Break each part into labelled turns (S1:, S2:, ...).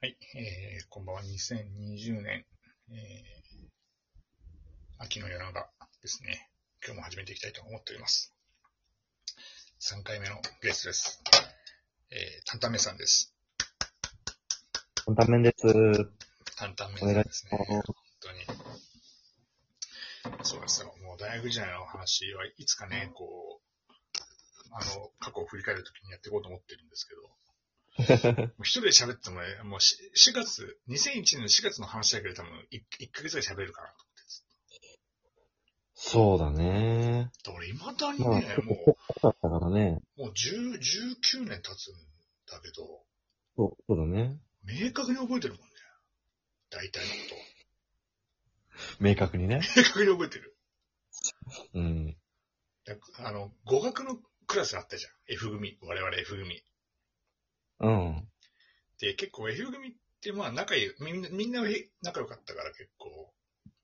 S1: はい、えー、こんばんは。2020年、えー、秋の夜長ですね。今日も始めていきたいと思っております。3回目のゲストです。えー、担々麺さんです。
S2: 簡単面です。
S1: 担々
S2: お
S1: 麺
S2: 願い
S1: さん
S2: し
S1: ですね。
S2: ます。
S1: 本当に。そうですよ。もう大学時代の話はいつかね、こう、あの、過去を振り返るときにやっていこうと思ってるんですけど、もう一人で喋ってもね、もうし4月、2001年の4月の話だけで多分 1, 一ヶ月ぐらい喋るかなと思ってず
S2: そうだね。
S1: っと。俺、未だに
S2: まあ、
S1: ね
S2: 結、構
S1: も
S2: 濃かったからね。
S1: う、もう10 19年経つんだけど、
S2: そう、そうだね。
S1: 明確に覚えてるもんね。大体のことは。
S2: 明確にね。
S1: 明確に覚えてる。
S2: うん。
S1: だあの、語学のクラスあったじゃん。F 組。我々 F 組。
S2: うん。
S1: で、結構 F 組って、まあ、仲いい、みんな、みんなへ仲良かったから結構。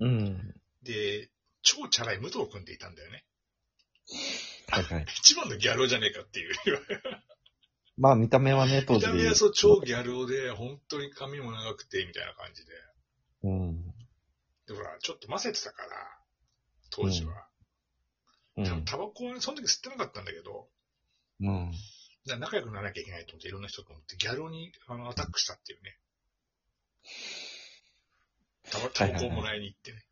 S2: うん。
S1: で、超チャラい武藤君っていたんだよね。
S2: はいはい。
S1: 一番のギャル男じゃねえかっていう。
S2: まあ、見た目はね、当
S1: 見
S2: 時。
S1: た目はそう、超ギャル男で、本当に髪も長くて、みたいな感じで。
S2: うん。
S1: で、ほら、ちょっと混ぜてたから、当時は。多
S2: う
S1: 分
S2: ん。
S1: タバコはね、その時吸ってなかったんだけど、
S2: うん。
S1: だから仲良くならなきゃいけないと思って、いろんな人と思って、ギャル男にあのアタックしたっていうね。タバタバコをもらいに行ってね。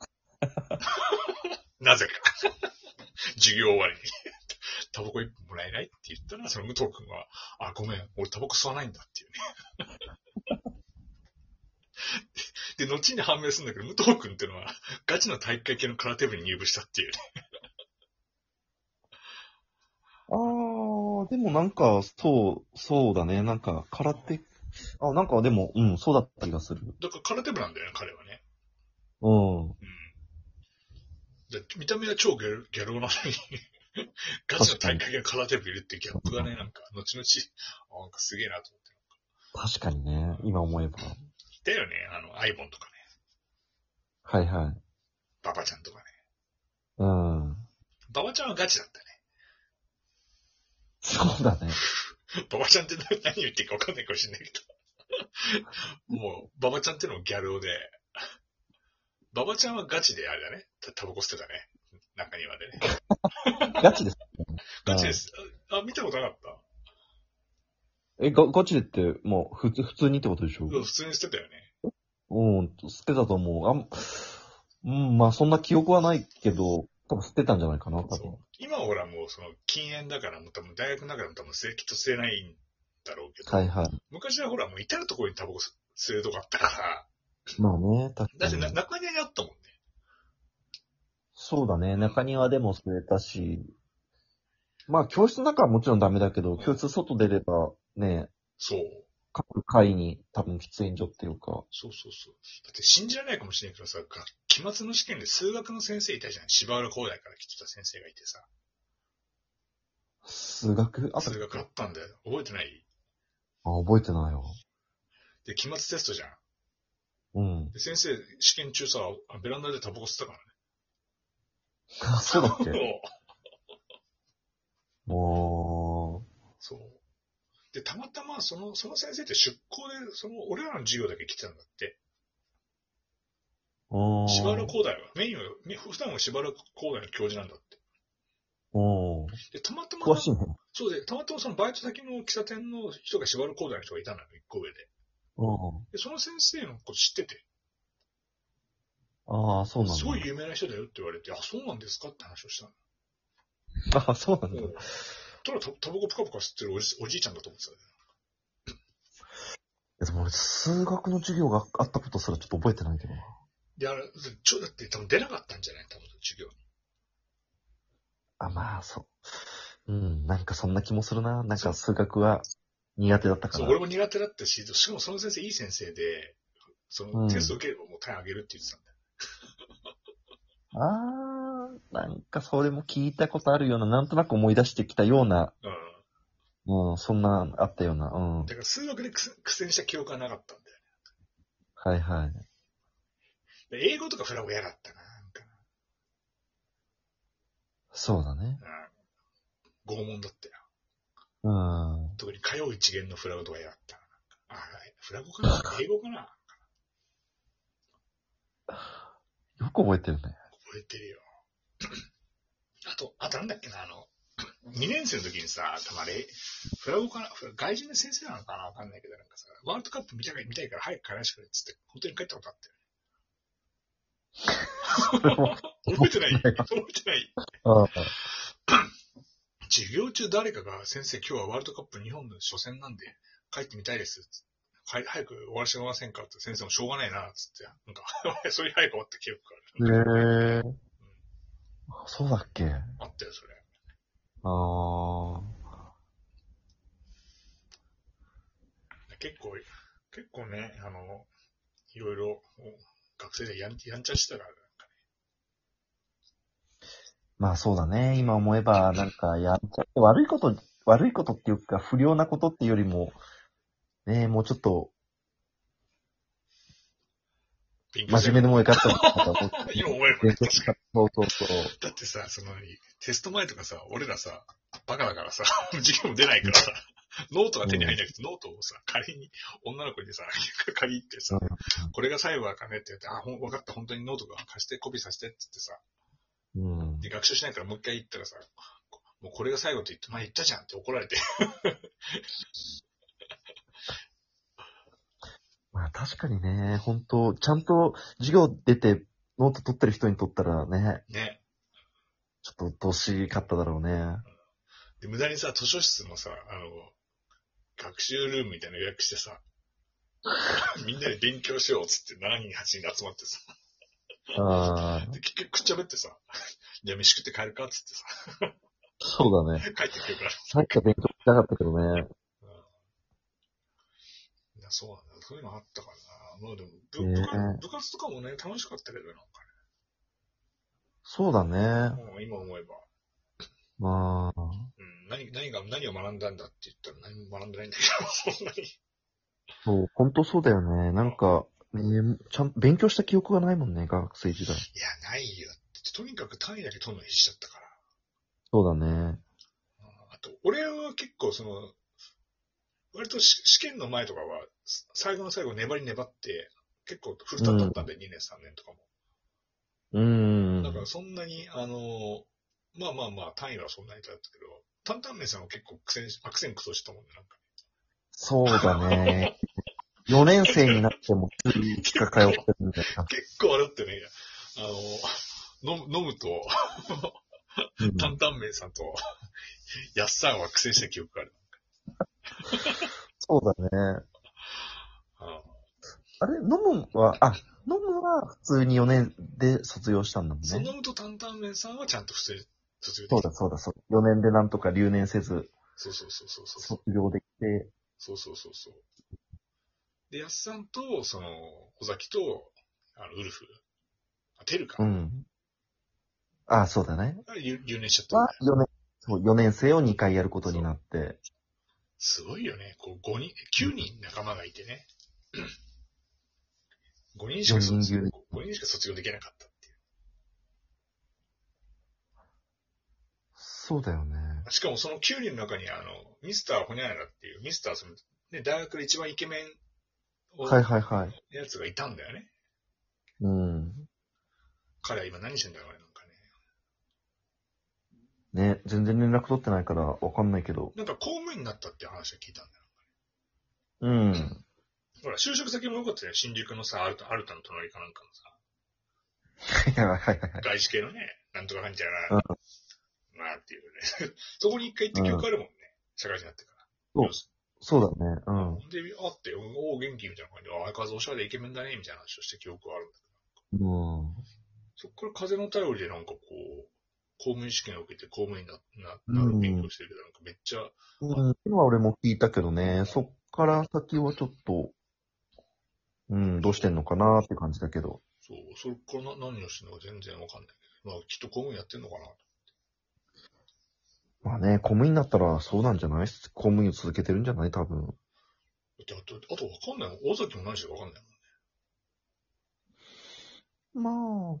S1: なぜか。 授業終わりに。 タバコ一本もらえないって言ったら、その武藤君は、あ、ごめん、俺タバコ吸わないんだっていう ね。で、後に判明するんだけど、武藤君っていうのは、ガチの体育会系の空手部に入部したっていうね。
S2: あー、でもなんか、そう、そうだね。なんか、空手、あ、なんかでも、うん、そうだった気がする。
S1: だから空手部なんだよね、彼はね。
S2: うん。
S1: うんで見た目は超ギャルギャル男なのに、ガチの大会が空手部いるってギャップがね、なんか、後々、あなんかすげえなと思っ
S2: 確かにね、今思えば。
S1: て。だよね、あの、アイボンとかね、
S2: はいはい。
S1: ババちゃんとかね。
S2: うん。
S1: ババちゃんはガチだった
S2: そうだね。
S1: ね。 ババちゃんって何何言ってるか分かんないかもしれないけど。 もう、ババちゃんってのもギャル男で、ババちゃんはガチであれだね。たタバコ吸ってたね。中庭でね。
S2: ガチです。
S1: ガチです。あ、あ見たことなかった
S2: え、がガチでって、もう、普通、普通にってことでし
S1: う
S2: ょ
S1: ん普通に吸ってたよね。
S2: うん、捨てたと思う。あん、うん、まあそんな記憶はないけど、多分捨てたんじゃないかな、多
S1: そう
S2: 分。
S1: 今はほらもうその禁煙だからもう多分大学の中でも多分せきっと吸えないんだろうけど、
S2: はいはい。
S1: 昔はほらもう至るところにタバコ吸吸えるとこあったから、
S2: まあね、確
S1: だっ
S2: か
S1: てな、
S2: に。
S1: 中庭にあったもんね。
S2: そうだね、中庭でも捨てたし、まあ教室の中はもちろんダメだけど、教室外出ればね、
S1: そう。
S2: 各階に多分喫煙所っていうか、
S1: そうそうそう。だって信じられないかもしれないけどさ、学期末の試験で数学の先生いたじゃん。芝浦高大から来てた先生がいてさ、
S2: 数学あった
S1: 数学あったんだよ。覚えてない
S2: あ、覚えてないわ。
S1: で、期末テストじゃん。
S2: うん。
S1: で、先生、試験中さ、あベランダでタバコ吸ってたからね。
S2: あそうだっけ も
S1: そう。で、たまたま、その、その先生って出向で、その、俺らの授業だけ来てたんだって。
S2: う、うん。
S1: 芝浦高大は、メインは、み普段は芝浦高大の教授なんだって。
S2: うん。
S1: で、たまたま、
S2: 詳しいね。
S1: そうで、たまたまそのバイト先の喫茶店の人が芝浦高大の人がいたのよ、一個上で。
S2: うん。
S1: で、その先生のこと知ってて、
S2: ああ、そうなんだ。
S1: すごい有名な人だよって言われて、あ、そうなんですかって話をしたの。
S2: あ、そうなんだ
S1: も。う、ただタタバコプカプカ吸ってるおじおじいちゃんだと思ってたね。
S2: いやでも俺、数学の授業があったことすらちょっと覚えてないけどな。
S1: で、あれ、ちょ、だって多分出なかったんじゃない多分、授業に。
S2: あ、まあ、そう。うん、なんかそんな気もするな。なんか数学は苦手だったか
S1: そう、
S2: ら。
S1: 俺も苦手だったし、しかもその先生いい先生で、その
S2: うん
S1: テスト受ければもう単位上げるって言ってたんだよ。
S2: あー、なんかそれも聞いたことあるような、なんとなく思い出してきたような、うん、そんな、あったような、うん
S1: うん。。だから数学でくす苦戦した記憶はなかったんだよ
S2: はいはい。
S1: ね。で英語とかフラグ嫌だったな、なんか
S2: そうだね。
S1: な。うん拷問だったよ。
S2: うん。
S1: 特に火曜一元のフラグとか嫌だったな。なんかあフラゴかな英語かな
S2: よく覚えてるね。
S1: 覚えてるよ。あと、あとなんだっけな、あの、2年生の時にさ、たまれ、フラゴかなフラ外人の先生なのかなわかんないけど、なんかさ、ワールドカップ見たい見たいから早く帰らしてくれっつって、本当に帰ったことあ ったよ。覚えてない覚えてない
S2: ああ。
S1: 授業中誰かが先生今日はワールドカップ日本の初戦なんで帰ってみたいです。帰早く終わらせてもらえませんかって先生もしょうがないな、つって。なんか、 それ早く終わった記憶がある。
S2: へえ。そうだっけあ
S1: あったよ、それ。
S2: あ。
S1: 結構、結構ね、あの、いろいろ学生でやんやんちゃしてたから、
S2: まあそうだね。今思えば、なんか、やんちゃって悪いこと、悪いことっていうか、不良なことっていうよりも、ねえ、もうちょっと、
S1: 勉強し
S2: 真面目でもよかったのかなと思 って。
S1: 今思えばね
S2: 全然違ったそうそうそう。
S1: だってさ、その、テスト前とかさ、俺らさ、バカだからさ、 授業も出ないからさ、ノートが手に入らなくて、ノートをさ、仮に、女の子にさ、 借りに行ってさ、これが最後だからねって言って、あ、ほんわかった、本当にノートが貸して、コピーさせてって言ってさ、
S2: うん。
S1: で、学習しないからもう一回行ったらさ、こもうこれが最後って言って、まあ言ったじゃんって怒られて、
S2: まあ確かにね、本当ちゃんと授業出てノート取ってる人にとったらね、
S1: ね。
S2: ちょっと鬱陶しかっただろうね。
S1: で、無駄にさ、図書室のさ、あの、学習ルームみたいなの予約してさ、みんなで勉強しようっつって、7人、8人集まってさ、
S2: ああ、
S1: で、結局くっちゃべってさ、 じゃあ飯食って帰るかっつってさ、
S2: そうだね。
S1: 帰ってくるから。
S2: さっきは勉強したかったけどね。
S1: いや、そうなんだ。そういうのあったからな。まあでも
S2: ね
S1: 部、部活部活とかもね、楽しかったけど、なん
S2: そうだね。
S1: かね。もう今思えば。
S2: まあ。
S1: うん、何、何が、何を学んだんだって言ったら何も学んでないんだけど、そんな に。
S2: そう、本当そうだよね。なんか、ね、ちゃん、勉強した記憶がないもんね、学生時代。
S1: いや、ないよ。とにかく単位だけ取るの必死だったから。
S2: そうだね。
S1: うんあと、俺は結構その、割とし試験の前とかは、す最後の最後粘り粘って、結構フルターンだったんで、2年3年とかも。
S2: うーん。
S1: だからそんなに、あの、まあまあまあ、単位はそんなにだったけど、担々麺さんは結構苦戦し、悪戦苦闘してたもんね、なんか。
S2: そうだね。4年生になっても、ついしか通ってるんだよな。
S1: 結構あれだってね、あの、飲む飲むと、
S2: うん
S1: 担々麺さんと、 やっさんは苦戦した記憶がある。
S2: そうだね。
S1: あ
S2: あれ、飲むは、あ、飲むは普通に4年で卒業したんだもん
S1: そ
S2: ね。
S1: のむと担々麺さんはちゃんと普通に卒業
S2: そ
S1: で
S2: う
S1: きた
S2: だ。そうだそう。4年でなんとか留年せず、
S1: そうそうそうそうそう。
S2: 卒業できて、
S1: そうそうそうそう。で、やっさんと、その、尾崎と、あの、ウルフ。あ、てるか。
S2: うん。あ、そうだね。
S1: あれ留留年しちゃったよ
S2: は
S1: ね。
S2: 4年、そう、4年生を2回やることになって、
S1: すごいよね。こう、5人、9人仲間がいてね。5人しか卒業、
S2: 四人
S1: 5人しか卒業できなかったっていう。
S2: そうだよね。
S1: しかもその9人の中に、あの、ミスターホニャララっていう、ミスターその、ね、大学で一番イケメンを、
S2: はいはいはい。
S1: やつがいたんだよね。
S2: うん。
S1: 彼は今何してんだろうね、なんかね。
S2: ね、全然連絡取ってないからわかんないけど。
S1: なんか公務員になったっていう話は聞いたんだよ。
S2: うん。
S1: ほら、就職先も良かったよ。新宿のさ、アルタアルタの隣かなんかのさ、
S2: はいはいはいはい。
S1: 外資系のね、なんとかなんちゃ
S2: うん
S1: ら、まあっていうね。 そこに一回行った記憶あるもんね。社会人になってから。
S2: そうそうだね。うん。
S1: で、あって、おお、元気みたいな感じで、あ相変わらずおしゃれでイケメンだね、みたいな話をして記憶はあるんだけど。
S2: うん。
S1: そっから風の頼りでなんかこう、公務員試験を受けて公務員だ
S2: う
S1: な、
S2: ん
S1: なる勉強してるけど、なんかめっちゃ、
S2: うん。今は俺も聞いたけどね、そっから先はちょっと、うん、どうしてんのかなって感じだけど。
S1: そう、それからな何をしてるのか全然わかんないけど、まあきっと公務員やってんのかな。
S2: まあね、公務員だったらそうなんじゃない公務員を続けてるんじゃない多分。
S1: だってあと、あとわかんないもん。大崎も何してるかわかんないもん。
S2: まあ。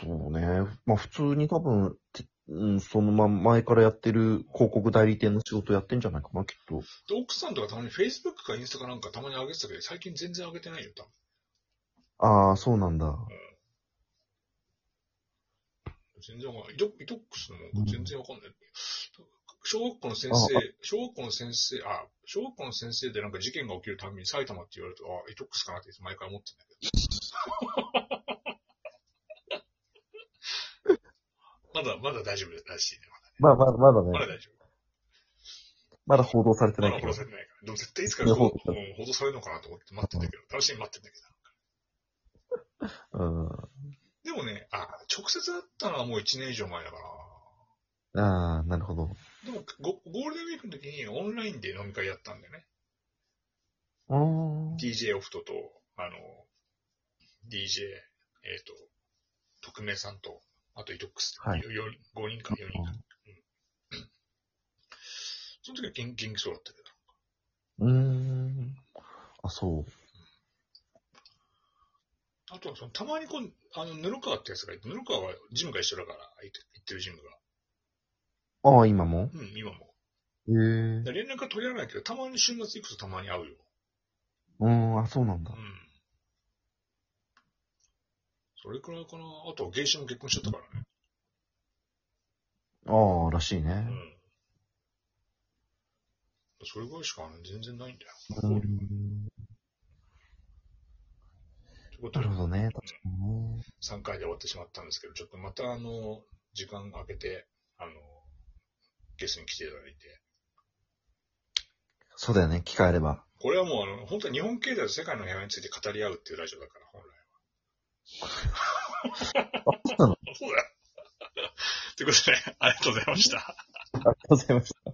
S2: そうね。まあ普通に多分、てうん、そのま、前からやってる広告代理店の仕事やってんじゃないかな、きっと。
S1: で、奥さんとかたまに Facebook かインスタかなんかたまに上げてたけど、最近全然上げてないよ、多分。
S2: ああ、そうなんだ。
S1: 全然わかんない。イドイドックスのも全然わかんない。小学校の先
S2: あ
S1: 生、小学校の先生、あ、小学校の先生でなんか事件が起きるたびに埼玉って言われると、あ、イドックスかなって毎回思ってんだけど。ま だ、まだ大丈夫らしいね。
S2: まあ、まだ、まだ
S1: まだ
S2: ね、
S1: 大丈夫。
S2: まだ報道されて
S1: ま
S2: ない
S1: だ
S2: け
S1: 報道。
S2: ど
S1: されてないから。でも絶対いつかこう
S2: 報道さ
S1: うん報道されるのかなと思って待ってんだけど、楽しみに待ってんだけど。
S2: うん。
S1: でもね、あ、直接会ったのはもう1年以上前だから。
S2: ああ、なるほど。
S1: でもゴ、ゴールデンウィークの時にオンラインで飲み会やったんだよね。
S2: うーん。
S1: DJ オフトと、あの、DJ、えっ、と、特命さんと、あとイトックス、
S2: はい
S1: よよ5人か4人か。うんその時は元元気そうだったけど。
S2: うーん。あ、そう。
S1: あとはその、たまにこう、あの、布川ってやつがいて、布川はジムが一緒だから、行って行ってるジムが。
S2: ああ、今も
S1: うん、今も。
S2: へえ。
S1: で連絡は取り合わないけど、たまに週末行くとたまに会うよ。
S2: うーん、あ、そうなんだ
S1: うん。。それくらいかな。あとは芸者も結婚しちゃったからね。
S2: ああ、らしいうね。
S1: ん。それぐらいしかね全然ないんだよ。
S2: う
S1: 交流が
S2: ん
S1: ということ
S2: な
S1: で
S2: る、ほどね。確かにね。
S1: 3回で終わってしまったんですけど、ちょっとまた、あの、時間空けて、あの、ゲストに来ていただいて。
S2: そうだよね、機会あれば。
S1: これはもう、あの、本当は日本経済と世界の平和について語り合うっていうラジオだから、本来
S2: そうなの
S1: は。 そうだよ。ということで、ありがとうございました。
S2: ありがとうございました。